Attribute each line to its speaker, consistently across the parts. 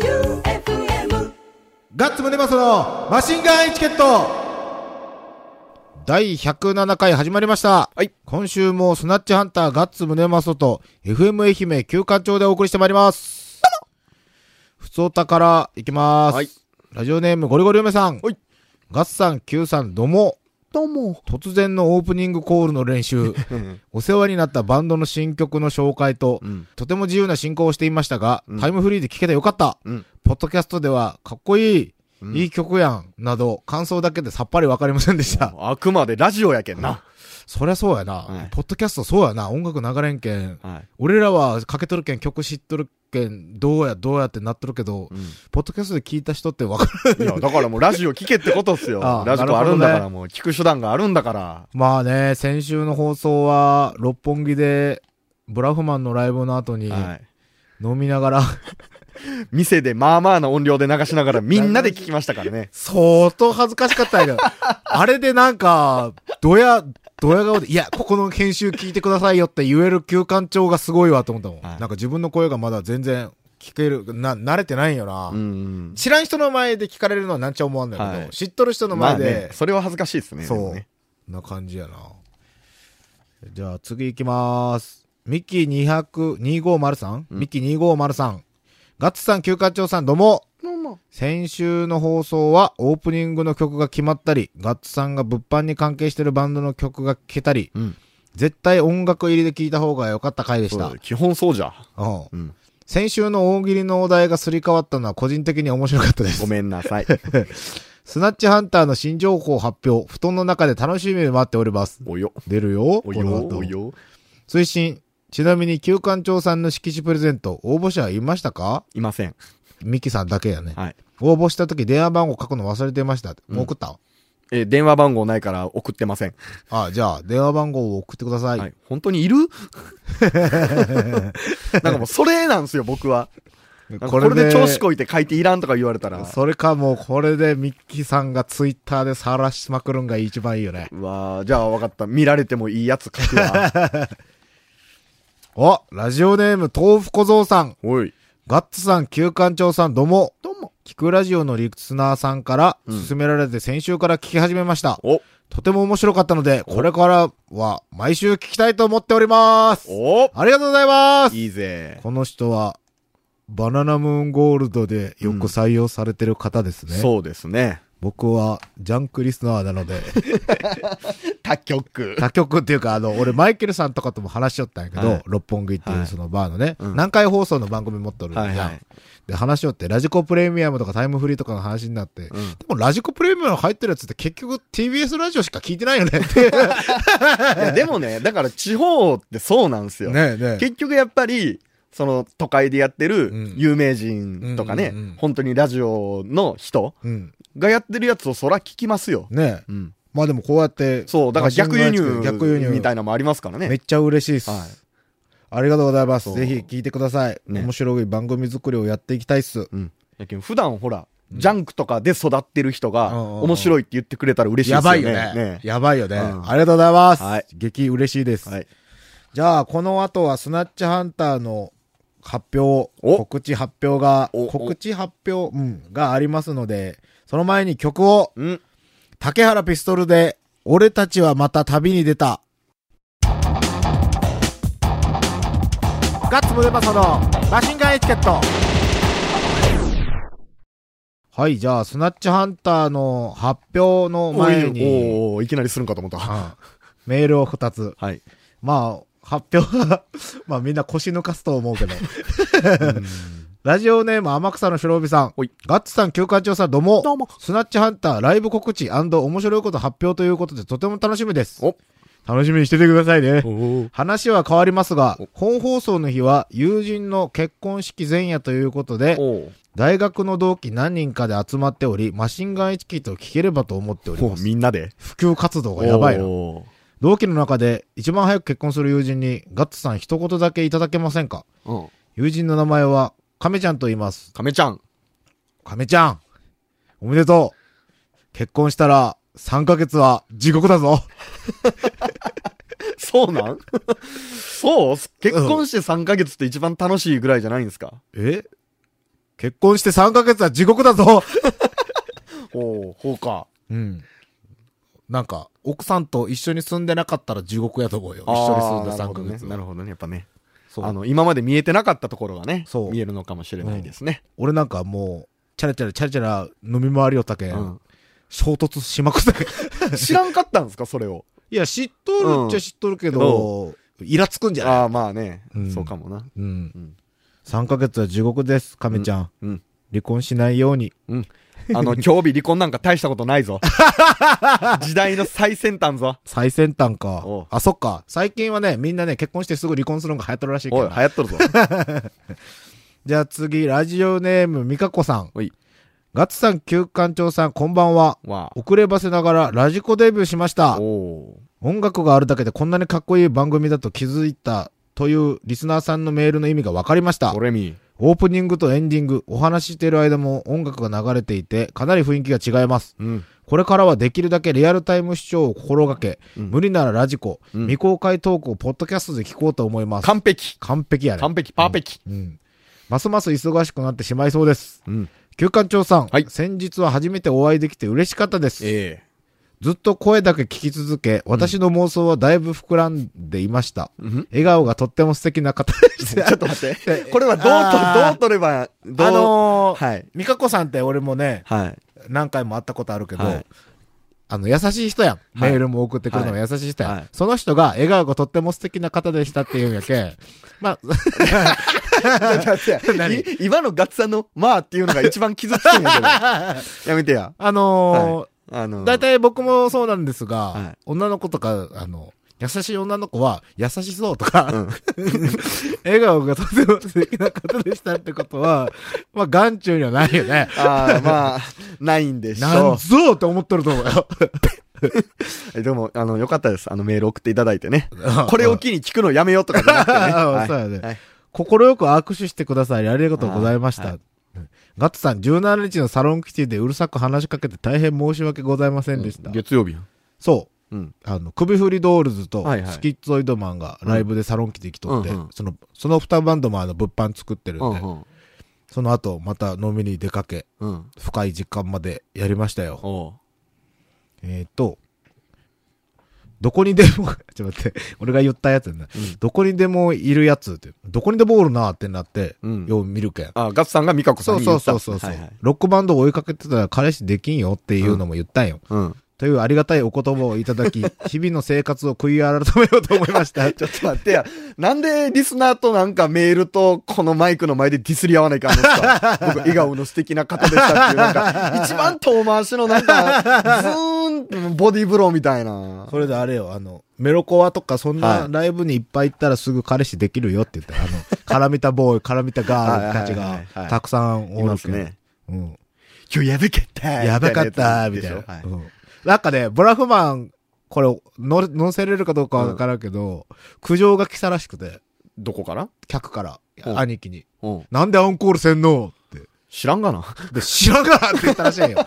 Speaker 1: J-O-E-U-F-M
Speaker 2: ガッツムネマソのマシンガンエチケット第107回始まりました。
Speaker 3: はい
Speaker 2: 今週もスナッチハンターガッツムネマソと FM 愛媛旧館長でお送りしてまいります。ふつおたからいきます。
Speaker 3: はい
Speaker 2: ラジオネームゴリゴリ梅さん。
Speaker 3: はい
Speaker 2: ガッツさん、キューさん、どうも。
Speaker 3: どうも。
Speaker 2: 突然のオープニングコールの練 習、お世話になったバンドの新曲の紹介と、
Speaker 3: うん
Speaker 2: とても自由な進行をしていましたが、
Speaker 3: うん
Speaker 2: タイムフリーで聴けてよかった、
Speaker 3: うん
Speaker 2: ポッドキャストでは、かっこいい、
Speaker 3: うん
Speaker 2: いい曲やん、など、感想だけでさっぱりわかりませんでした。
Speaker 3: あくまでラジオやけんな。
Speaker 2: そりゃそうやな、
Speaker 3: はい
Speaker 2: ポッドキャストそうやな。音楽流れんけん。
Speaker 3: はい。
Speaker 2: 俺らはかけとるけん、曲知っとるけん、どうや、どうやってなっとるけど、ポッドキャストで聞いた人ってわかる。。
Speaker 3: いや、だからもうラジオ聞けってことっすよ
Speaker 2: ああ
Speaker 3: ラジコあるんだ
Speaker 2: なる
Speaker 3: か
Speaker 2: ほど
Speaker 3: らもう聞く手段があるんだから。
Speaker 2: まあね、先週の放送は、六本木で、ブラフマンのライブの後に、
Speaker 3: はい。
Speaker 2: 飲みながら、。
Speaker 3: 店でまあまあな音量で流しながらみんなで聞きましたからね
Speaker 2: 相当恥ずかしか ったんやけど、あれでなんか、ドヤ、ドヤ顔で、いや、ここの研修聞いてくださいよって言える休館長がすごいわと思ったもん。
Speaker 3: はい
Speaker 2: なんか自分の声がまだ全然聞ける、な、慣れてないんよな。
Speaker 3: うん。
Speaker 2: 知らん人の前で聞かれるのはなんちゃ思わんだけど、
Speaker 3: はい
Speaker 2: 知っとる人の
Speaker 3: ま
Speaker 2: 前
Speaker 3: あね
Speaker 2: で、、
Speaker 3: それは恥ずかしいですね。で
Speaker 2: そ
Speaker 3: もね
Speaker 2: う、な感じやな。じゃあ次行きます。ミッキー200-2503、ミッキー2503。ガッツさん、休館長さん、どうも。先週の放送はオープニングの曲が決まったり、ガッツさんが物販に関係してるバンドの曲が聴けたり、
Speaker 3: うん
Speaker 2: 絶対音楽入りで聴いた方が良かった回でし
Speaker 3: そ
Speaker 2: た。
Speaker 3: う。基本そうじゃ。
Speaker 2: うん
Speaker 3: うん。
Speaker 2: 先週の大喜利のお題がすり替わったのは個人的に面白かったです
Speaker 3: ご。めん なさい。
Speaker 2: スナッチハンターの新情報発表、布団の中で楽しみに待っております。
Speaker 3: およ。
Speaker 2: 出るよ、
Speaker 3: お
Speaker 2: この
Speaker 3: よ。
Speaker 2: 後
Speaker 3: およ。
Speaker 2: 推進。ちなみに、旧館長さんの色紙プレゼント、応募者はいましたか
Speaker 3: いません。
Speaker 2: ミキさんだけやね。
Speaker 3: はい。
Speaker 2: 応募した時電話番号書くの忘れてました。もう送った、
Speaker 3: えー、電話番号ないから送ってません。
Speaker 2: あ、じゃあ、電話番号を送ってください。
Speaker 3: はい。本当に いるなんかもうそれなんですよ、僕は。なんかこれで調子こいて書いていらんとか言われたら。
Speaker 2: それかもう、これでミッキーさんがツイッターで晒しまくるんが一番いいよね。
Speaker 3: うわーじゃあ分かった。見られてもいいやつ書く わ。
Speaker 2: お、ラジオネーム、豆腐小僧さん。
Speaker 3: おい。
Speaker 2: ガッツさん、旧館長さん、どうも。
Speaker 3: どうも。
Speaker 2: 聞くラジオのリスナーさんから
Speaker 3: うん
Speaker 2: 勧められて先週から聞き始めました。
Speaker 3: お、
Speaker 2: とても面白かったので、これからは毎週聞きたいと思っております。
Speaker 3: お
Speaker 2: ありがとうございます。
Speaker 3: いいぜ。
Speaker 2: この人は、バナナムーンゴールドでよく採用されてる方ですね。
Speaker 3: そうですね。
Speaker 2: 僕はジャンクリスナーなので、
Speaker 3: 他局。
Speaker 2: 他局っていうか、あの、俺マイケルさんとかとも話しよったんやけど、
Speaker 3: はい
Speaker 2: 六本木ってい
Speaker 3: は
Speaker 2: う
Speaker 3: い
Speaker 2: そのバーのね、
Speaker 3: うん
Speaker 2: 何回放送の番組持っとるんじゃん。
Speaker 3: はいはい。
Speaker 2: で、話しよって、ラジコプレミアムとかタイムフリーとかの話になって、
Speaker 3: うん
Speaker 2: でもラジコプレミアム入ってるやつって結局 TBS ラジオしか聞いてないよねっていう。
Speaker 3: いやでもね、だから地方ってそうなんですよ。
Speaker 2: ねえね
Speaker 3: 結局やっぱり、その都会でやって
Speaker 2: うん
Speaker 3: る有名人とかね、
Speaker 2: うんうんうん
Speaker 3: 本当にラジオの人
Speaker 2: うん。
Speaker 3: がやってるやつをそら聞きますよ。
Speaker 2: ねえ。
Speaker 3: うん。
Speaker 2: まあでもこうやって。
Speaker 3: そう、だから逆輸入
Speaker 2: マシンガンエチケット逆輸入。
Speaker 3: みたいなのもありますから
Speaker 2: め
Speaker 3: ね
Speaker 2: っ。ちゃ嬉しいです。
Speaker 3: はい
Speaker 2: ありがとうございます。
Speaker 3: そう
Speaker 2: ぜひ聞いてください。
Speaker 3: ね
Speaker 2: 面白い番組作りをやっていきたいっす。
Speaker 3: うん。やけん普段ほら、ジャンクとかで育ってる人が
Speaker 2: うんうんうん
Speaker 3: 面白いって言ってくれたら嬉しいで
Speaker 2: や
Speaker 3: すよ
Speaker 2: ば
Speaker 3: ね。
Speaker 2: いよね。
Speaker 3: ね
Speaker 2: やばいよね、
Speaker 3: うん
Speaker 2: ありがとうございます。
Speaker 3: はい
Speaker 2: 激嬉しいです。
Speaker 3: はい。
Speaker 2: じゃあ、この後はスナッチハンターの発表、
Speaker 3: お
Speaker 2: 告知発表が、
Speaker 3: おお
Speaker 2: 告知発表、うん、がありますので、その前に曲を、
Speaker 3: うん。
Speaker 2: 竹原ピストルで、俺たちはまた旅に出た。ガッツムデパソのマシンガンエチケット。はい、じゃあ、スナッチハンターの発表の前に、
Speaker 3: おーいきなりするんかと思っ
Speaker 2: う
Speaker 3: た。
Speaker 2: んメールを2つ。
Speaker 3: はい。
Speaker 2: まあ、発表は、 まあみんな腰抜かすと思うけど。 ラジオネーム天草の白帯さん
Speaker 3: ほい。
Speaker 2: ガッツさん、休館長さん、どうも。
Speaker 3: どうも
Speaker 2: スナッチハンター、ライブ告知面白いこと発表ということで、とても楽しみです。
Speaker 3: お
Speaker 2: 楽しみにしててくださいね。
Speaker 3: お
Speaker 2: 話は変わりますが
Speaker 3: お、
Speaker 2: 本放送の日は友人の結婚式前夜ということで、
Speaker 3: お
Speaker 2: 大学の同期何人かで集まっており、マシンガンエチケットを聞ければと思っております。
Speaker 3: みんなで。
Speaker 2: 普及活動がやばいな。
Speaker 3: お
Speaker 2: 同期の中で一番早く結婚する友人にガッツさん一言だけいただけませんか
Speaker 3: ーうん。
Speaker 2: 友人の名前は亀ちゃんと言います。
Speaker 3: 亀ちゃん。
Speaker 2: 亀ちゃんおめでとう結婚したら3ヶ月は地獄だぞ
Speaker 3: そうなんそう結婚して3ヶ月って一番楽しいぐらいじゃないんですか、
Speaker 2: え結婚して3ヶ月は地獄だぞ
Speaker 3: おおほうか。
Speaker 2: うん。なんか、奥さんと一緒に住んでなかったら地獄やと思うよ。一
Speaker 3: 一
Speaker 2: 緒
Speaker 3: 緒
Speaker 2: に住ん
Speaker 3: に住ん
Speaker 2: だ
Speaker 3: だ3
Speaker 2: 3
Speaker 3: ヶ
Speaker 2: ヶ
Speaker 3: 月、
Speaker 2: 月は。
Speaker 3: るほどね。やっぱね。
Speaker 2: そう
Speaker 3: あの、今まで見えてなかったところがね、
Speaker 2: そう
Speaker 3: 見えるのかもしれないですね。
Speaker 2: 俺なんかもう、チャラチャラチャラチャラ飲み回りよったけん、
Speaker 3: うん
Speaker 2: 衝突しまくったけん
Speaker 3: 知らんかったんですか、それを。
Speaker 2: いや、知っとるっちゃ知っとるけど、イラつくんじゃない
Speaker 3: ああ、まあね、
Speaker 2: うん
Speaker 3: そうかもな。
Speaker 2: うん。
Speaker 3: ん
Speaker 2: 3ヶ月は地獄です、亀ちゃん。
Speaker 3: うん。
Speaker 2: 離婚しないように。
Speaker 3: うん。あ の、今日日離婚なんか大したことない ぞ。時代の最先端ぞ。
Speaker 2: 最先端か
Speaker 3: おう。
Speaker 2: あ、そっか。最近はね、みんなね、結婚してすぐ離婚するのが流行ってるらしいけ
Speaker 3: おい、
Speaker 2: ど
Speaker 3: 流。行っとるぞ。
Speaker 2: じゃあ次、ラジオネーム、みかこさん。
Speaker 3: おい。
Speaker 2: ガッツさん、旧館長さん、こんばんは。
Speaker 3: わ
Speaker 2: 遅ればせながらラジコデビューしました
Speaker 3: あ。。おー
Speaker 2: 音楽があるだけでこんなにかっこいい番組だと気づいたというリスナーさんのメールの意味が分かりました
Speaker 3: ド。レミ。
Speaker 2: オープニングとエンディング、お話ししている間も音楽が流れていて、かなり雰囲気が違います。
Speaker 3: うん。
Speaker 2: これからはできるだけリアルタイム視聴を心がけ、
Speaker 3: うん
Speaker 2: 無理ならラジコ、
Speaker 3: うん
Speaker 2: 未公開トークをポッドキャストで聞こうと思います。
Speaker 3: 完璧。
Speaker 2: 完璧やね。
Speaker 3: 完璧、パーフェキ。
Speaker 2: うん。ますます忙しくなってしまいそうです。
Speaker 3: うん。
Speaker 2: 旧館長さん、
Speaker 3: はい
Speaker 2: 先日は初めてお会いできて嬉しかったです。
Speaker 3: え
Speaker 2: ずっと声だけ聞き続け、私の妄想はだいぶ膨らんでいました。
Speaker 3: えうん
Speaker 2: 笑顔がとっても素敵な方でし
Speaker 3: ちょ
Speaker 2: た。
Speaker 3: っと待って。これはどう
Speaker 2: あー
Speaker 3: と、どう取れば、どう、
Speaker 2: あのー、
Speaker 3: はい。
Speaker 2: 美香子さんって俺もね、
Speaker 3: はい。
Speaker 2: 何回も会ったことあるけど、
Speaker 3: はい
Speaker 2: あの、優しい人やん。メ
Speaker 3: はい
Speaker 2: ールも送ってくるのが優しい人やん。
Speaker 3: はい
Speaker 2: その人が笑顔がとっても素敵な方でしたっていうんやけ ん。まあ、
Speaker 3: だって
Speaker 2: 何
Speaker 3: い今のガッツさんの「まあ」っていうのが一番傷つくんやけ どやめてや
Speaker 2: あの
Speaker 3: あの
Speaker 2: ー、大、体、僕もそうなんですが、
Speaker 3: はい
Speaker 2: 女の子とか、あの、優しい女の子は、優しそうとか、
Speaker 3: うん
Speaker 2: 笑顔がとても素敵な方でしたってことは、まあ、眼中にはないよね。
Speaker 3: ああまあないんでし
Speaker 2: なん
Speaker 3: ょ
Speaker 2: ぞって思っとると思うよ。
Speaker 3: うでもあのよかったですあのメール送っていただいてね これを機に聞くのやめようとかじゃなくて
Speaker 2: ああそうやね
Speaker 3: ねはい
Speaker 2: 心よく握手してくださりありがとうございました。
Speaker 3: あは
Speaker 2: ガッツさん、17日のサロンキティでうるさく話しかけて大変申し訳ございませんでした。
Speaker 3: 月曜日や
Speaker 2: そう。
Speaker 3: うん
Speaker 2: あの、首振りドールズと
Speaker 3: はいはい
Speaker 2: スキッツオイドマンがライブでサロンキティ来とって、
Speaker 3: うんうん
Speaker 2: その、その二バンドもあの物販作ってるんで、
Speaker 3: うん
Speaker 2: その後また飲みに出かけ、
Speaker 3: うん
Speaker 2: 深い時間までやりましたよ。
Speaker 3: おう
Speaker 2: えっ、と、どこにでも、 ちょっと待って、俺が言ったやつやな、どこにでもいるやつって、どこにでもおるなってなって、
Speaker 3: うん
Speaker 2: よう見るけん。
Speaker 3: ああガッツさんが美香子
Speaker 2: そ
Speaker 3: さん
Speaker 2: う
Speaker 3: に
Speaker 2: そ
Speaker 3: 言
Speaker 2: う
Speaker 3: った
Speaker 2: そ
Speaker 3: ん
Speaker 2: う
Speaker 3: です
Speaker 2: そ
Speaker 3: ね
Speaker 2: うそう、
Speaker 3: はいはい
Speaker 2: ロックバンドを追いかけてたら彼氏できんよっていうのも言ったんよ。
Speaker 3: うん
Speaker 2: というありがたいお言葉をいた だき、日々の生活を悔い改めようと思いました。
Speaker 3: ちょっと待ってや。なんでリスナーとなんかメールとこのマイクの前でディスり合わないかんのっす か僕、笑顔の素敵な方でしたっていう、なんか、一番遠回しのなんか、ズーン、ボディーブローみたいな。
Speaker 2: それであれよ、あの、メロコアとかそん
Speaker 3: は
Speaker 2: ないライブにいっぱい行ったらすぐ彼氏できるよって言って、あの、 絡みたボーイ、絡みたガールたち
Speaker 3: はいは
Speaker 2: が
Speaker 3: いはいはい
Speaker 2: たくさん
Speaker 3: い
Speaker 2: お
Speaker 3: ま
Speaker 2: る
Speaker 3: す
Speaker 2: けん。
Speaker 3: ね。
Speaker 2: うん。
Speaker 3: 今日やばかった
Speaker 2: やばかった、みたいな。うんなんかね、ブラフマン、これ、の、載せれるかどうかわからんけど、苦情が来たらしくて、
Speaker 3: どこから
Speaker 2: 客から、
Speaker 3: うん
Speaker 2: 兄貴に。
Speaker 3: うん。
Speaker 2: なんでアンコールせんのって。
Speaker 3: 知らんがな。
Speaker 2: で、知らんがなって言ったらしい んよ。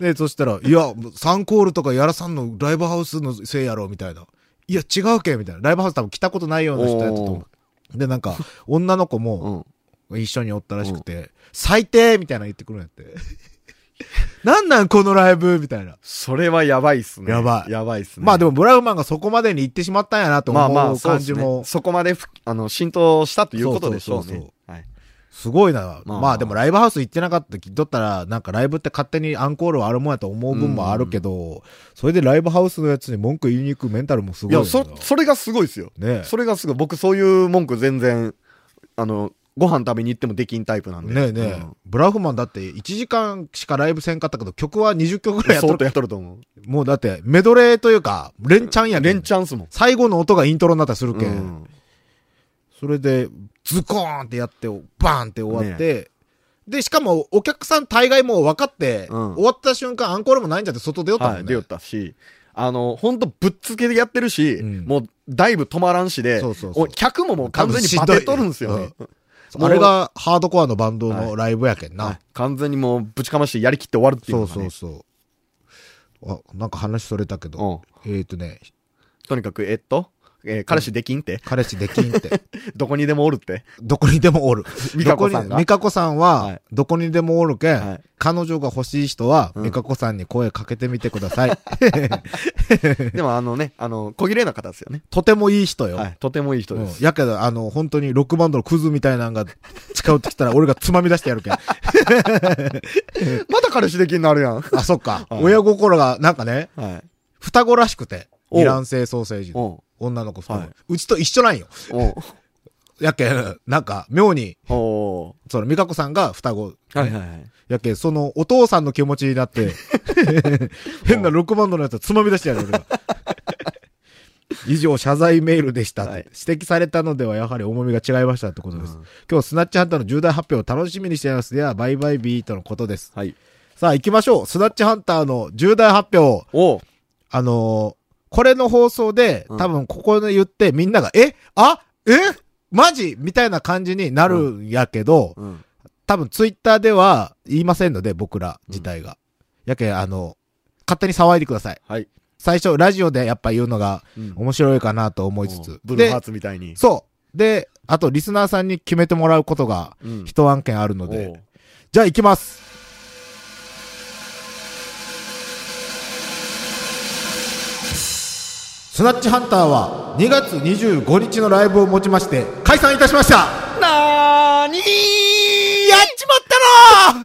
Speaker 2: で、そしたら、いや、3コールとかやらさんのライブハウスのせいやろ、みたいな。いや、違うけ、みたいな。ライブハウス多分来たことないような人やったと思う。で、なんか、女の子
Speaker 3: う
Speaker 2: も
Speaker 3: ん。
Speaker 2: 一緒におったらしくて、最低みたいなの言ってくるんやって。 なんなんこのライブみたいな。
Speaker 3: それはやばいっすね。
Speaker 2: やばい
Speaker 3: やばいっすね。
Speaker 2: まあで
Speaker 3: も、
Speaker 2: も、ブラフマンがそこまでに行ってしまったんやなと
Speaker 3: まあま
Speaker 2: 思
Speaker 3: あ、
Speaker 2: う
Speaker 3: そうっ
Speaker 2: 感
Speaker 3: す
Speaker 2: じ
Speaker 3: ね
Speaker 2: も、
Speaker 3: そこまでふ、あの、浸透したということでしょう
Speaker 2: そうそう
Speaker 3: ね
Speaker 2: そ。
Speaker 3: はい。
Speaker 2: すごいな。
Speaker 3: まあ
Speaker 2: まあでも、ライブハウス行ってなかったって聞いとったら、なんかライブって勝手にアンコールはあるもんやと思う分もあるけど、それでライブハウスのやつに文句言いに行くメンタルもすごい
Speaker 3: い
Speaker 2: よ
Speaker 3: や、
Speaker 2: な。
Speaker 3: そ、それがすごいっすよ。
Speaker 2: ね
Speaker 3: それがすごい。僕、そういう文句全然、あの、ご飯食べに行ってもできんタイプなんで。
Speaker 2: ねえねえ、
Speaker 3: うん
Speaker 2: ブラフマンだって1時間しかライブせんかったけど、曲は20曲ぐらいやっ
Speaker 3: 相
Speaker 2: と
Speaker 3: 当
Speaker 2: る。
Speaker 3: やっとると思う。
Speaker 2: もうだって、メドレーというか、連チャンやけ
Speaker 3: 連
Speaker 2: ん。
Speaker 3: チャンスもん。
Speaker 2: 最後の音がイントロになったりするけ、。
Speaker 3: うんん
Speaker 2: それで、ズコーンってやって、バーンって終わって、で、しかも、お客さん大概もう分かって、
Speaker 3: うん
Speaker 2: 終わった瞬間アンコールもないんじゃって外出よったもん
Speaker 3: は
Speaker 2: ね。
Speaker 3: い、出よったし、あの、ほんとぶっつけでやってるし、
Speaker 2: うん
Speaker 3: もう、だいぶ止まらんしで、
Speaker 2: そうそうそう
Speaker 3: お客ももう完全にバテとるんですよね。
Speaker 2: あれがハードコアのバンドのライブやけんな。
Speaker 3: はい完全にもうぶちかましてやりきって終わるってい
Speaker 2: そ
Speaker 3: うの
Speaker 2: う
Speaker 3: が、ね。
Speaker 2: そうそう。あ、なんか話それたけど、えっ、ー、とね、
Speaker 3: うんとにかく、えっと、えー彼氏できんって。
Speaker 2: 彼氏できんって。
Speaker 3: どこにでもお るって。
Speaker 2: どこにでもおる。
Speaker 3: 美香子さん
Speaker 2: どこ
Speaker 3: が
Speaker 2: に美。香子さん
Speaker 3: は、
Speaker 2: はいどこにでもおるけん、
Speaker 3: はい
Speaker 2: 彼女が欲しい人は、
Speaker 3: うん
Speaker 2: 美香子さんに声かけてみてください。
Speaker 3: でもあのね、あの、小綺麗な方ですよね。
Speaker 2: とてもいい人よ。
Speaker 3: はい。とてもいい人
Speaker 2: う
Speaker 3: で
Speaker 2: ん
Speaker 3: す。
Speaker 2: やけど、あの、本当にロックバンドのクズみたいなのが近寄ってき たら、俺がつまみ出してやるけん。
Speaker 3: また彼氏できんのあるやん。は
Speaker 2: あ、そっか。
Speaker 3: はい
Speaker 2: 親心が、なんかね、
Speaker 3: い。
Speaker 2: 双子らしくて、
Speaker 3: おう
Speaker 2: イラン製ソーセージの
Speaker 3: おう
Speaker 2: 女の子双子、
Speaker 3: はいう
Speaker 2: ちと一緒なんよ。
Speaker 3: おう
Speaker 2: やけん、なんか、妙に、
Speaker 3: お
Speaker 2: その、美香子さんが双子。
Speaker 3: うはいはいはい。
Speaker 2: やけん、その、お父さんの気持ちにな って、変なロックバンドのやつはつまみ出してやる、 俺が。以上、謝罪メールでした、
Speaker 3: はい
Speaker 2: 指摘されたのでは、やはり重みが違いましたってことです。
Speaker 3: うん
Speaker 2: 今日、スナッチハンターの重大発表を楽しみにしています。では、バイバイビーとのことです。
Speaker 3: はい。
Speaker 2: さあ、行きましょう。スナッチハンターの重大発表。
Speaker 3: おう
Speaker 2: あのーこれの放送で、
Speaker 3: うん
Speaker 2: 多分ここで言ってみんなが、えあえマジみたいな感じになるんやけど、
Speaker 3: うん。
Speaker 2: 多分ツイッターでは言いませんので、僕ら自体が。やけん、あの、勝手に騒いでください。
Speaker 3: はい。
Speaker 2: 最初、ラジオでやっぱ言うのが
Speaker 3: うん
Speaker 2: 面白いかなと思いつつ。
Speaker 3: ブルー
Speaker 2: で
Speaker 3: ハー、ツみたいに。
Speaker 2: そう。で、あと、リスナーさんに決めてもらうことが、
Speaker 3: うん
Speaker 2: 一案件あるので、
Speaker 3: おう
Speaker 2: じゃあ行きます。スナッチハンターは2月25日のライブをもちまして解散いたしました
Speaker 3: なーにー
Speaker 2: やっちまったな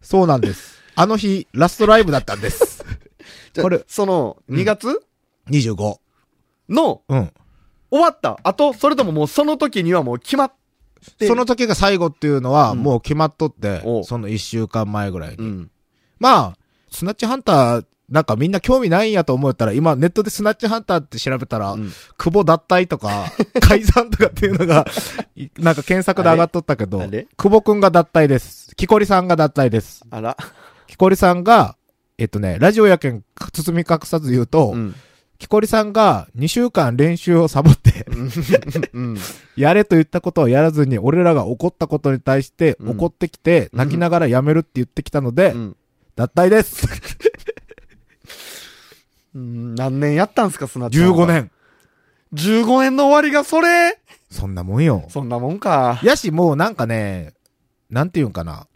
Speaker 2: そうなんです。あの日、ラストライブだったん です。
Speaker 3: じゃあ
Speaker 2: これ
Speaker 3: その、2月
Speaker 2: 25。
Speaker 3: の
Speaker 2: うん。
Speaker 3: 終わった後、それとももうその時にはもう決まって。
Speaker 2: その、時が最後っていうのは
Speaker 3: うん
Speaker 2: もう決まっとって、
Speaker 3: おう
Speaker 2: その1週間前ぐらいに。
Speaker 3: うん。
Speaker 2: まあ、スナッチハンター、なんかみんな興味ないんやと思ったら、今ネットでスナッチハンターって調べたら、
Speaker 3: うん
Speaker 2: 久保脱退と か、解散とかっていうのが、いなんか検索で上がっとったけど
Speaker 3: あれあれ、
Speaker 2: 久保くんが脱退です。木こりさんが脱退です。
Speaker 3: あら。
Speaker 2: 木こりさんが、えっとね、ラジオやけん、包み隠さず言うと、
Speaker 3: うん。
Speaker 2: 木こりさんが2週間練習をサボって、
Speaker 3: うん。
Speaker 2: やれと言ったことをやらずに、俺らが怒ったことに対して、
Speaker 3: うん
Speaker 2: 怒ってきて、泣きながらやめるって言ってきたので、
Speaker 3: うん
Speaker 2: 脱退です。
Speaker 3: うん何年やったんすか、スナッチ。
Speaker 2: 15。年。
Speaker 3: 15年の終わりがそれ
Speaker 2: そんなもんよ。
Speaker 3: そんなもんか。
Speaker 2: やし、もうなんかね、なんていうんかな。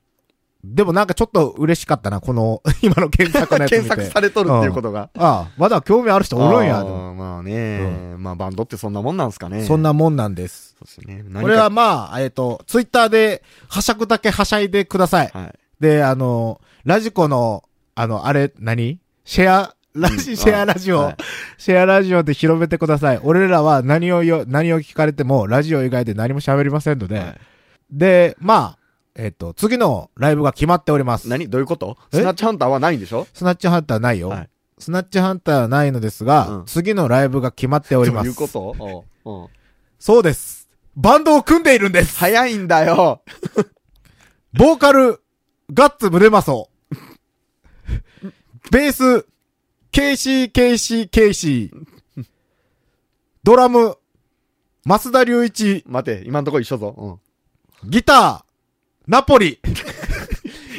Speaker 2: でもなんかちょっと嬉しかったな、この、 今の検索のやつ見
Speaker 3: 検
Speaker 2: て。
Speaker 3: 索されとるっていうことが。
Speaker 2: ああ、まだ興味ある人おるんや
Speaker 3: あ。ーまあね、まあバンドってそんなもんなんすかね。
Speaker 2: そんなもんなんです。
Speaker 3: そうですね。何か
Speaker 2: これは、まあ、えっ、と、ツイッターで、はしゃぐだけはしゃいでください。
Speaker 3: はい。
Speaker 2: で、あの、ラジコの、あの、あれ、何シェア、ラジ、
Speaker 3: うん
Speaker 2: シェアラジオ、
Speaker 3: はい
Speaker 2: シェアラジオで広めてください。俺らは何をよ、何を聞かれても、ラジオ以外で何も喋りませんので、
Speaker 3: はい
Speaker 2: で、まあ、えっ、と、次のライブが決まっております。
Speaker 3: 何どういうこと
Speaker 2: え
Speaker 3: スナッチハンターはないんでしょ
Speaker 2: スナッチハンターないよ。
Speaker 3: はい
Speaker 2: スナッチハンターはないのですが、
Speaker 3: うん
Speaker 2: 次のライブが決まっており
Speaker 3: ど
Speaker 2: ま
Speaker 3: う
Speaker 2: す。
Speaker 3: いうことおうおう
Speaker 2: そうです。バンドを組んでいるんです。
Speaker 3: 早いんだよ。
Speaker 2: ボーカル、ガッツムネマソ。ベース、ケイシー、ケイシー、ケイシー。ドラム、増田隆一。
Speaker 3: 待て、今んとこ一緒ぞ。うん。
Speaker 2: ギター、ナポリ。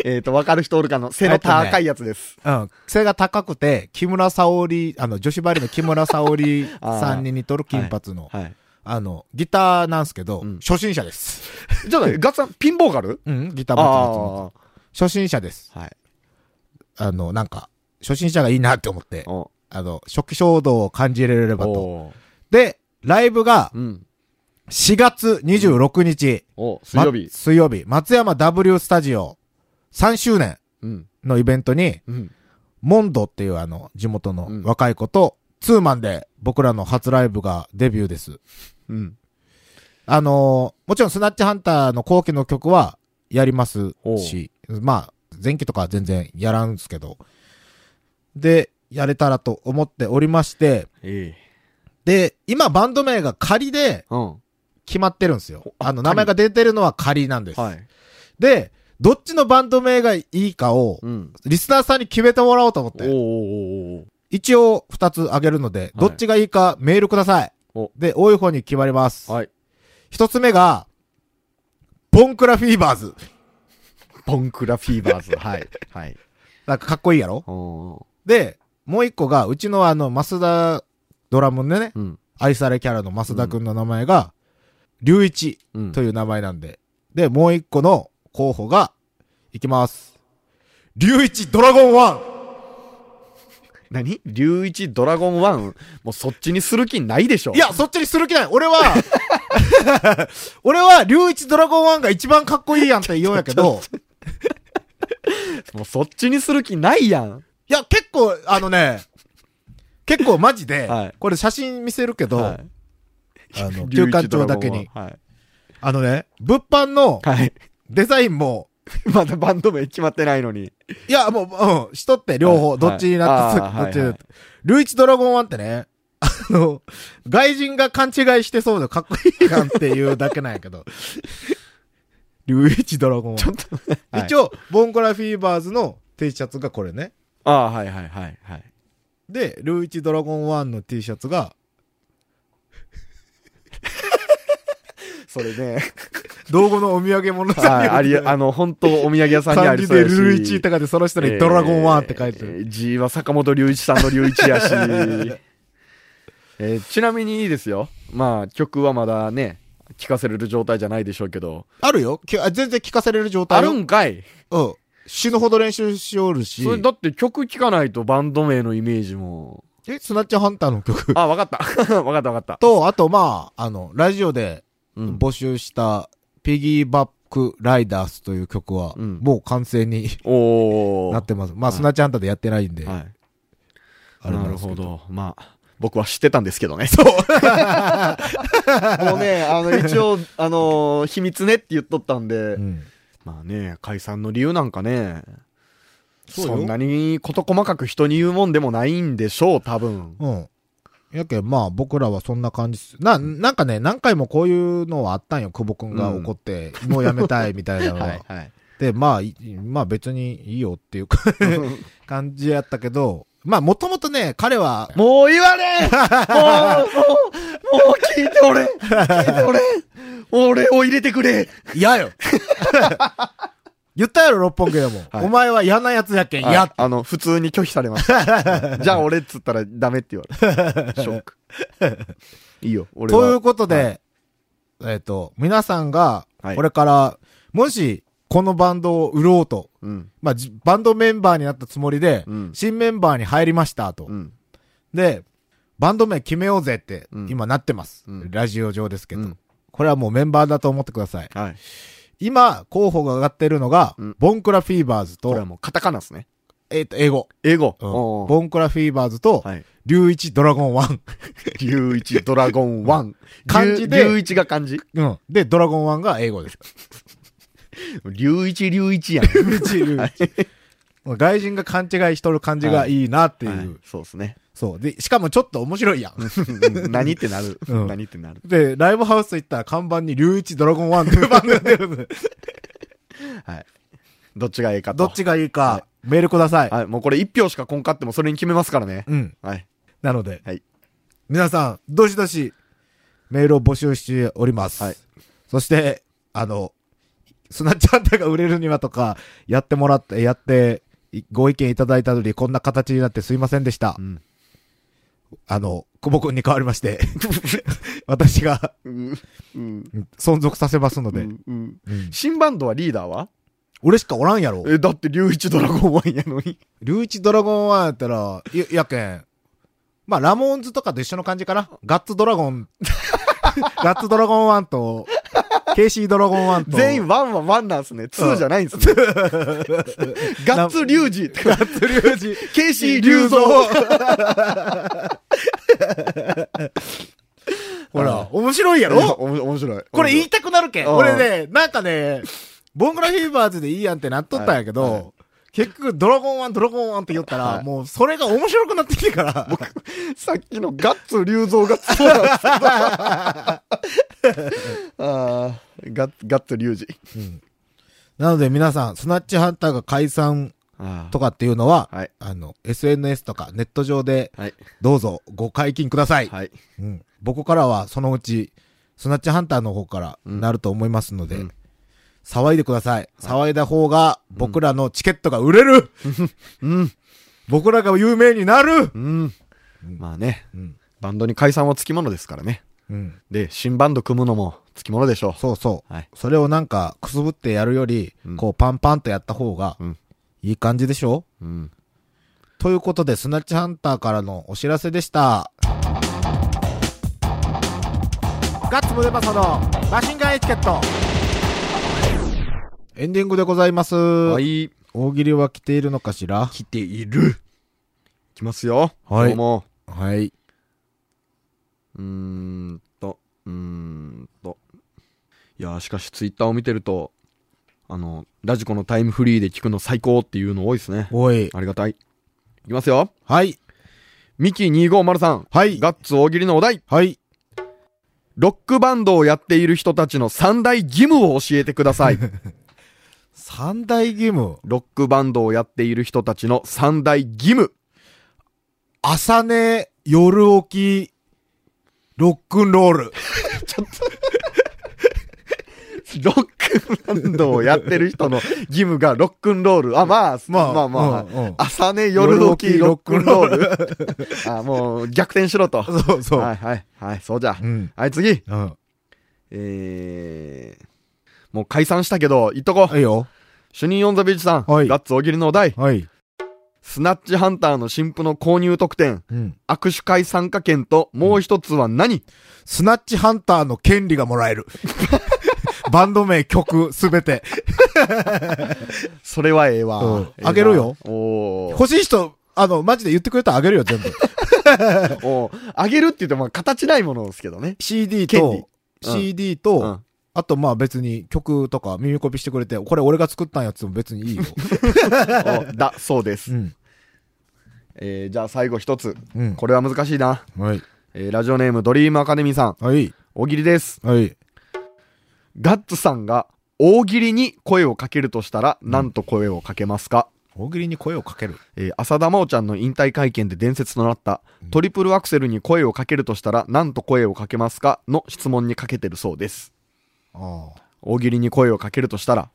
Speaker 3: えっ、と、わかる人おるかの背の高いやつです。
Speaker 2: うん。背が高くて、木村沙織、あの、女子バレーの木村沙織
Speaker 3: あー
Speaker 2: さんに似とる金髪の、
Speaker 3: はい。
Speaker 2: あの、ギターなんすけど、
Speaker 3: うん
Speaker 2: 初心者です。
Speaker 3: じゃあ、ガッツさん、ピンボーカル
Speaker 2: うん、ギター持ってます
Speaker 3: あ
Speaker 2: 初心者です。
Speaker 3: あ。はい。
Speaker 2: あの、なんか、初心者がいいなって思って、
Speaker 3: お
Speaker 2: あの、初期衝動を感じれればと。
Speaker 3: お
Speaker 2: で、ライブが
Speaker 3: う。うん。
Speaker 2: 4月26日、
Speaker 3: お水曜
Speaker 2: ま
Speaker 3: 日。
Speaker 2: 水曜日、松山 W スタジオ3周年
Speaker 3: うん。
Speaker 2: のイベントに、
Speaker 3: うん。
Speaker 2: モンドっていうあの、地元
Speaker 3: う
Speaker 2: の
Speaker 3: ん
Speaker 2: 若い子と、ツーマンで僕らの初ライブがデビューです。
Speaker 3: うん。
Speaker 2: あのーもちろんスナッチハンターの後期の曲はやりますし、まあ、前期とかは全然やらんすけど、で、やれたらと思っておりまして、
Speaker 3: え
Speaker 2: で、今バンド名が仮で
Speaker 3: え。うん。
Speaker 2: 決まってるんですよ
Speaker 3: ほ。あ
Speaker 2: あの、名前が出てるのは仮なんです。
Speaker 3: はい。
Speaker 2: で、どっちのバンド名がいいかを、
Speaker 3: うん。
Speaker 2: リスナーさんに決めてもらおうと思っ
Speaker 3: お
Speaker 2: て
Speaker 3: ー、おーおーおー
Speaker 2: 一応二つあげるので、どっちがいいかメールください。
Speaker 3: お
Speaker 2: で、多い方に決まります。
Speaker 3: はい。
Speaker 2: 一つ目が、ボンクラフィーバーズ。
Speaker 3: ボンクラフィーバーズ。はい。はい。
Speaker 2: なんかかっこいいやろ
Speaker 3: おーお
Speaker 2: で、もう一個が、うちのあの、増田ドラムのね、
Speaker 3: うん。
Speaker 2: 愛されキャラの増田くんの名前が、龍一
Speaker 3: うん。
Speaker 2: という名前なんで。で、もう一個の候補が、いきます。龍一ドラゴンワン
Speaker 3: 何龍一ドラゴン1、もうそっちにする気ないでしょ
Speaker 2: いや、そっちにする気ない。俺 は、俺は、龍一ドラゴンワンが一番かっこいいやんって言うんやけど、
Speaker 3: もうそっちにする気ないやん。
Speaker 2: いや、結構、あのね、結構マジで、
Speaker 3: はい
Speaker 2: これ写真見せるけど、
Speaker 3: はい
Speaker 2: あの、
Speaker 3: 龍
Speaker 2: 休
Speaker 3: 一
Speaker 2: 館
Speaker 3: ド
Speaker 2: 長
Speaker 3: ラゴ
Speaker 2: だけ
Speaker 3: ン
Speaker 2: に。
Speaker 3: 1はい。
Speaker 2: あのね、物販の
Speaker 3: はい。
Speaker 2: デザインも、
Speaker 3: まだバンド名決まってないのに。
Speaker 2: いや、もう、うん、しとって、両方、
Speaker 3: はい
Speaker 2: どっちになって、
Speaker 3: は
Speaker 2: どっ
Speaker 3: い
Speaker 2: ちに
Speaker 3: あー
Speaker 2: なって。ルイチドラゴンワンってね、あの、外人が勘違いしてそうでかっこいいなんていうだけなんやけど。ルイチドラゴンワン。
Speaker 3: はい
Speaker 2: 一応、ボンコラフィーバーズの T シャツがこれね。
Speaker 3: ああ、はいはいはい はい。
Speaker 2: で、ルイチドラゴンワンの T シャツが、
Speaker 3: それね。
Speaker 2: 道後のお土産物さんに
Speaker 3: はい。あり、あの、本当お土産屋さんにあ
Speaker 2: 漢
Speaker 3: り
Speaker 2: 字
Speaker 3: そう
Speaker 2: で
Speaker 3: やし。
Speaker 2: ルイチとかでその人にドラゴンワンって書いてる。
Speaker 3: えー G は坂本龍一さんの龍一や し。えーちなみにいいですよ。まあ、曲はまだね、聴かせれる状態じゃないでしょうけど。
Speaker 2: あるよきあ全然聞かされる状態
Speaker 3: あ
Speaker 2: よ
Speaker 3: るんかい
Speaker 2: うん。死ぬほど練習しおるし。
Speaker 3: それだって曲聴かないとバンド名のイメージも。
Speaker 2: え、スナッチハンターの曲
Speaker 3: あ、わかった。 わかったわかった。
Speaker 2: と、あと、まあ、あの、ラジオで
Speaker 3: うん
Speaker 2: 募集した、ピギーバックライダースという曲は、
Speaker 3: うん
Speaker 2: もう完成に
Speaker 3: おー。
Speaker 2: なってます。まあ、
Speaker 3: はい
Speaker 2: スナッチハンターでやってないんで。
Speaker 3: はい。
Speaker 2: あれ
Speaker 3: なんる
Speaker 2: ですけ
Speaker 3: ほ。ど。まあ、僕は知ってたんですけどね。そう もうね、あの、一応、 あの秘密ねって言っとったんで、
Speaker 2: うん。
Speaker 3: まあね、解散の理由なんかね、
Speaker 2: そう
Speaker 3: そ
Speaker 2: よ
Speaker 3: んなに事細かく人に言うもんでもないんでしょう、多分。
Speaker 2: うん。やけん、まあ、僕らはそんな感じっす。な、なんかね、何回もこういうのはあったんよ。久保くんが怒って、もうやめたいみたいなのは。
Speaker 3: はい。
Speaker 2: で、まあ、いまあ別にいいよっていうか感じやったけど、まあもともとね、彼は、
Speaker 3: もう言 われんもう、もう、もう聞いておれん聞いておれん俺を入れてくれ
Speaker 2: 嫌よ言ったやろ、六本木でも。
Speaker 3: はい
Speaker 2: お前は嫌なやつやけん、嫌
Speaker 3: ああの、普通に拒否され ました。じゃあ俺っつったらダメって言われた。ショック。いいよ、俺は。
Speaker 2: ということ
Speaker 3: は
Speaker 2: で、えっと、皆さんが、
Speaker 3: はい
Speaker 2: これから、もし、このバンドを売ろうと、
Speaker 3: うん。
Speaker 2: まあ、じバンドメンバーになったつもりで、
Speaker 3: うん
Speaker 2: 新メンバーに入りましたと、
Speaker 3: うん。
Speaker 2: で、バンド名決めようぜって、
Speaker 3: うん
Speaker 2: 今なってます、
Speaker 3: うん
Speaker 2: ラジオ上ですけど、
Speaker 3: うん
Speaker 2: これはもうメンバーだと思ってください。
Speaker 3: はい。
Speaker 2: 今、候補が上がってるのが、
Speaker 3: うん
Speaker 2: ボンクラフィーバーズ
Speaker 3: これは
Speaker 2: と、
Speaker 3: もうカタカナですね。
Speaker 2: えっ、と、英語、
Speaker 3: 英語。
Speaker 2: うん
Speaker 3: おー
Speaker 2: ボンクラフィーバーズと、
Speaker 3: はい。
Speaker 2: 龍一ドラゴンワ ン。
Speaker 3: 龍一ドラゴンワン。
Speaker 2: 漢字で
Speaker 3: 龍一が漢字。
Speaker 2: うん。で、ドラゴンワンが英語 です。
Speaker 3: 龍一龍一や ん。
Speaker 2: 龍一、龍一。 外人が勘違いしとる感じがいいなっていう。
Speaker 3: はいそうですね。
Speaker 2: そう。で、しかもちょっと面白いやん。
Speaker 3: うん何ってなる。
Speaker 2: うん
Speaker 3: 何ってなる。
Speaker 2: で、ライブハウス行ったら看板に龍一ドラゴンワンっていう番組出る んで
Speaker 3: はい。どっちがええか
Speaker 2: ど
Speaker 3: と。
Speaker 2: っちがいいか、
Speaker 3: は
Speaker 2: メールください。
Speaker 3: はい。もうこれ1票しかこんかってもそれに決めますからね。
Speaker 2: うん。
Speaker 3: はい。
Speaker 2: なので、
Speaker 3: はい
Speaker 2: 皆さん、どしどし、メールを募集しております。
Speaker 3: はい
Speaker 2: そして、あの、スナッチハンターが売れるにはとか、やってもらって、やって、いご意見いただいたのに、こんな形になってすいませんでした。
Speaker 3: うん
Speaker 2: あの、久保くんに代わりまして、 私が
Speaker 3: うん。うん。
Speaker 2: 存続させますので、
Speaker 3: うん。
Speaker 2: うん
Speaker 3: 新バンドはリーダーは
Speaker 2: 俺しかおらんやろ。
Speaker 3: え、だって龍一ドラゴンワンやのに。
Speaker 2: 龍一ドラゴンはやったら、や、やけん。まあ、ラモーンズとかと一緒の感じかな。ガッツドラゴン。 ガッツドラゴン1と、ケイシードラゴン1と。
Speaker 3: 全員ワンはワンなんすね。ツーじゃないんすね。 ガッツ龍 二。
Speaker 2: ガッツ龍二。
Speaker 3: ケイシー龍三。
Speaker 2: ほら、面白いや
Speaker 3: いや
Speaker 2: ろ
Speaker 3: おも面白い。
Speaker 2: これ言いたくなるけん。
Speaker 3: うん
Speaker 2: 俺ね、なんかね、ボングラフィーバーズでいいやんってなっとったんやけど、
Speaker 3: はいはい
Speaker 2: 結局、ドラゴン1、ドラゴン1って言ったら、
Speaker 3: はい
Speaker 2: もうそれが面白くなってきて から、
Speaker 3: さっきのガッツ龍造がそう なんですけどあーガッガッツ龍二。
Speaker 2: なので皆さん、スナッチハンターが解散
Speaker 3: あ
Speaker 2: とかっていうのは、
Speaker 3: はい
Speaker 2: あの、SNS とかネット上で、
Speaker 3: はい。
Speaker 2: どうぞご解禁ください。
Speaker 3: はい。
Speaker 2: うん、僕からはそのうち、スナッチハンターの方からなると思いますので、
Speaker 3: うん
Speaker 2: 騒いでください。騒いだ方が僕らのチケットが売れる、
Speaker 3: うん。
Speaker 2: 僕らが有名になる、
Speaker 3: うん。まあね。
Speaker 2: うん
Speaker 3: バンドに解散はつきものですからね。
Speaker 2: うん。
Speaker 3: で、新バンド組むのもつきものでしょ
Speaker 2: そうそう。
Speaker 3: はい
Speaker 2: それをなんか、くすぶってやるより、
Speaker 3: うん
Speaker 2: こう、パンパンとやった方が
Speaker 3: う。、うん。
Speaker 2: いい感じでしょ
Speaker 3: うん。
Speaker 2: ということで、スナッチハンターからのお知らせでした。ガッツムデパソのマシンガンエチケットエンディングでございます。
Speaker 3: はい。
Speaker 2: 大喜利は来ているのかしら
Speaker 3: 来ている。いきますよ。
Speaker 2: はい
Speaker 3: どうも。
Speaker 2: はい。
Speaker 3: うーんと、うーんと。いやー、しかしツイッターを見てると、あの、ラジコのタイムフリーで聞くの最高っていうの多いですね。
Speaker 2: おい。
Speaker 3: ありがたい。いきますよ。
Speaker 2: はい。
Speaker 3: ミキ2503。
Speaker 2: はい。
Speaker 3: ガッツ大喜利のお題。
Speaker 2: はい。
Speaker 3: ロックバンドをやっている人たちの三大義務を教えてください。
Speaker 2: 三大義務。
Speaker 3: ロックバンドをやっている人たちの三大義務。
Speaker 2: 朝寝、夜起き、ロックンロール。
Speaker 3: ロックバンドをやってる人の義務がロックンロール。あ、まあ、まあまあまあ。
Speaker 2: うんうん
Speaker 3: 朝寝夜起き
Speaker 2: 夜起
Speaker 3: ロッ
Speaker 2: き
Speaker 3: クンロール。 あ、もう逆転しろと。は
Speaker 2: そうそう。
Speaker 3: いはいはい、そうじゃ
Speaker 2: う。ん。
Speaker 3: はい、次。
Speaker 2: うん。
Speaker 3: えー、もう解散したけど、言っとこう。
Speaker 2: いいよ。
Speaker 3: 主任オンザビーチさん。
Speaker 2: はい
Speaker 3: ガッツ大喜利のお題。
Speaker 2: はい。
Speaker 3: スナッチハンターの新婦の購入特典。
Speaker 2: うん。
Speaker 3: 握手会参加券と、もう一つは何、
Speaker 2: スナッチハンターの権利がもらえる。 バンド名、曲、すべて。
Speaker 3: それはええ
Speaker 2: う
Speaker 3: わ
Speaker 2: ん。
Speaker 3: ええな
Speaker 2: あげるよ。
Speaker 3: おー
Speaker 2: 欲しい人、あの、マジで言ってくれたらあげるよ、 全部。
Speaker 3: おーあげるって言っても、まあ形ないものですけどね。
Speaker 2: CD
Speaker 3: 権
Speaker 2: と、
Speaker 3: 利うん
Speaker 2: CD
Speaker 3: う
Speaker 2: と
Speaker 3: ん、
Speaker 2: あとまあ別に曲とか耳コピしてくれて、これ俺が作ったんやつも別に いいよ。
Speaker 3: おだ、そうです。
Speaker 2: うん。
Speaker 3: えー、じゃあ最後一つ。
Speaker 2: うん。
Speaker 3: これは難しいな。
Speaker 2: はい。
Speaker 3: えー、ラジオネームドリームアカデミーさん。
Speaker 2: はい。
Speaker 3: 大喜利です。
Speaker 2: はい。
Speaker 3: ガッツさんが大喜利に声をかけるとしたら、何と声をかけますか、
Speaker 2: 大喜利に声をかける。
Speaker 3: えー、浅田真央ちゃんの引退会見で伝説となった、トリプルアクセルに声をかけるとしたら、何と声をかけますかの質問にかけてるそうです。
Speaker 2: ああ。
Speaker 3: 大喜利に声をかけるとしたら、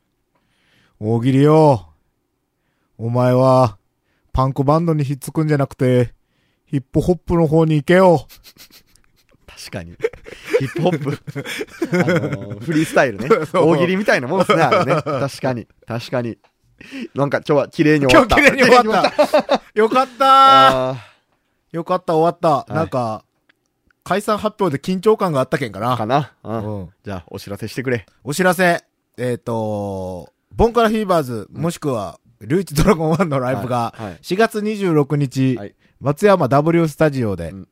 Speaker 2: 大喜利よ。お前は、パンクバンドにひっつくんじゃなくて、ヒップホップの方に行けよ。
Speaker 3: 確かに。ヒップホップ。あのーフリースタイルね。
Speaker 2: そう
Speaker 3: 大喜利みたいなもんですね、あれね。確かに。確かに。なんか今日は綺麗に
Speaker 2: 今
Speaker 3: 終わっ
Speaker 2: 日
Speaker 3: た。
Speaker 2: 綺麗 に終わった。よかった
Speaker 3: あ
Speaker 2: よかった、終わった。
Speaker 3: い
Speaker 2: なんか、解散発表で緊張感があったけんか
Speaker 3: ーか
Speaker 2: な。
Speaker 3: な。うん
Speaker 2: うん。
Speaker 3: じゃあ、お知らせしてくれ。
Speaker 2: お知らせ。えっ、と、ボンカラフィーバーズ、もしくは、リュウイチドラゴン1のライブが
Speaker 3: はいはい、
Speaker 2: 4月26日、
Speaker 3: はい
Speaker 2: 松山 W スタジオで
Speaker 3: うん、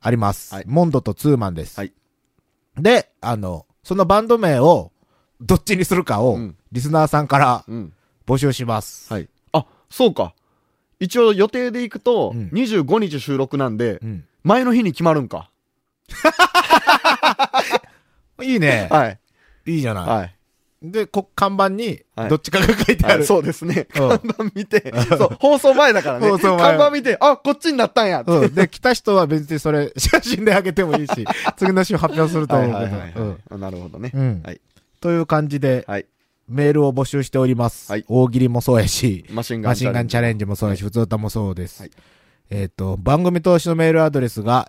Speaker 2: あります、
Speaker 3: はい
Speaker 2: モンドとツーマンです。
Speaker 3: はい
Speaker 2: で、あの、そのバンド名を、どっちにするかを、
Speaker 3: うん
Speaker 2: リスナーさんから
Speaker 3: うん。
Speaker 2: 募集します。
Speaker 3: はい。あ、そうか。一応予定で行くと、
Speaker 2: うん
Speaker 3: 25日収録なんで、
Speaker 2: うん
Speaker 3: 前の日に決まるんか。
Speaker 2: いいね。
Speaker 3: はい。
Speaker 2: いいじゃない。
Speaker 3: はい。
Speaker 2: で、こ、看板に
Speaker 3: は、い
Speaker 2: どっちかが書いてあ
Speaker 3: はい
Speaker 2: る。
Speaker 3: そうですね。
Speaker 2: うん
Speaker 3: 看板見て、そう、放送前だからね。
Speaker 2: 放送前
Speaker 3: 看板見て、あ、こっちになったんやって。
Speaker 2: うん。で、来た人は別にそ れ、写真であげてもいいし、次の週発表すると
Speaker 3: はい
Speaker 2: 思う
Speaker 3: はい
Speaker 2: けど
Speaker 3: はいはい。
Speaker 2: うん
Speaker 3: あなるほどね。
Speaker 2: うん
Speaker 3: はい。
Speaker 2: という感じで、
Speaker 3: はい。
Speaker 2: メールを募集しております。
Speaker 3: はい
Speaker 2: 大喜利もそうやし、
Speaker 3: マシンガン
Speaker 2: マシンガンチャレン
Speaker 3: ジ。
Speaker 2: ジもそうやし、普通歌もそうです。
Speaker 3: はい
Speaker 2: えっ、と、番組投資のメールアドレスが、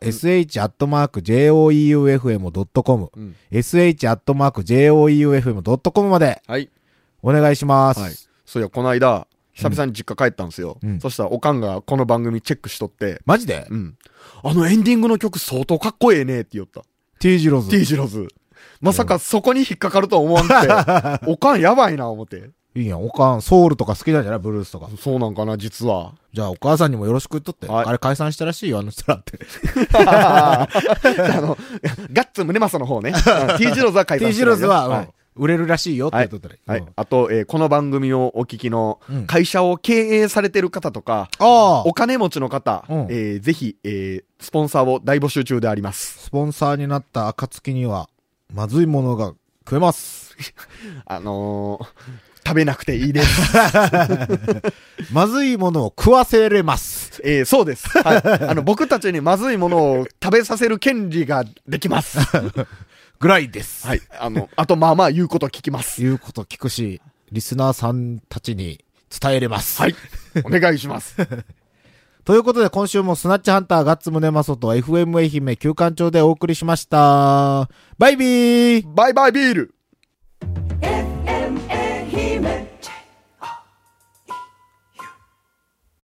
Speaker 2: sh.joeufm.com、
Speaker 3: うん。
Speaker 2: sh.joeufm.com まで
Speaker 3: はい。
Speaker 2: お願いします。
Speaker 3: はい。そういや、この間、久々に実家帰ったんですよ。
Speaker 2: うん
Speaker 3: そしたら、おかんがこの番組チェックしとって、
Speaker 2: マジで、
Speaker 3: うん。あのエンディングの曲相当かっこええねって言った。
Speaker 2: ?T 字ローズ。
Speaker 3: T ジローズ。まさかそこに引っかかるとは思わん くて、おかんやばいな思って。
Speaker 2: いいやん、おかん、ソウルとか好きなんじゃないブルースとか。
Speaker 3: そうなんかな、実 は。
Speaker 2: じゃあ、お母さんにもよろしく言っとって。
Speaker 3: はい
Speaker 2: あれ解散したらしいよ、あの人らって。
Speaker 3: あの、ガッツムネマソの 方ね。うん T ジローズは解散
Speaker 2: T
Speaker 3: し
Speaker 2: 字
Speaker 3: てない
Speaker 2: ローズ
Speaker 3: よ
Speaker 2: は、
Speaker 3: は
Speaker 2: う
Speaker 3: い
Speaker 2: ん。売れるらしいよって言っとったらいい。
Speaker 3: はい
Speaker 2: うん。
Speaker 3: あと、えーこの番組をお聞きの
Speaker 2: うん、
Speaker 3: 会社を経営されてる方とか、
Speaker 2: ああ
Speaker 3: お、金持ちの方、
Speaker 2: うん
Speaker 3: えーぜひ、えースポンサーを大募集中であります。
Speaker 2: スポンサーになった暁には、まずいものが食えます。
Speaker 3: あのー食べなくてい いです。
Speaker 2: まずいものを食わせれます。
Speaker 3: えーそうです。はい。あの、僕たちにまずいものを食べさせる権利がで きます。
Speaker 2: ぐらいです。
Speaker 3: はい。あの、あと、まあまあ言うこと聞きます。
Speaker 2: いうこと聞くし、リスナーさんたちに伝えれます。
Speaker 3: はい。お願いします。
Speaker 2: ということで今週もスナッチハンターガッツムネマソと FM 愛媛旧館長でお送りしました。バイビー
Speaker 3: バイバイビール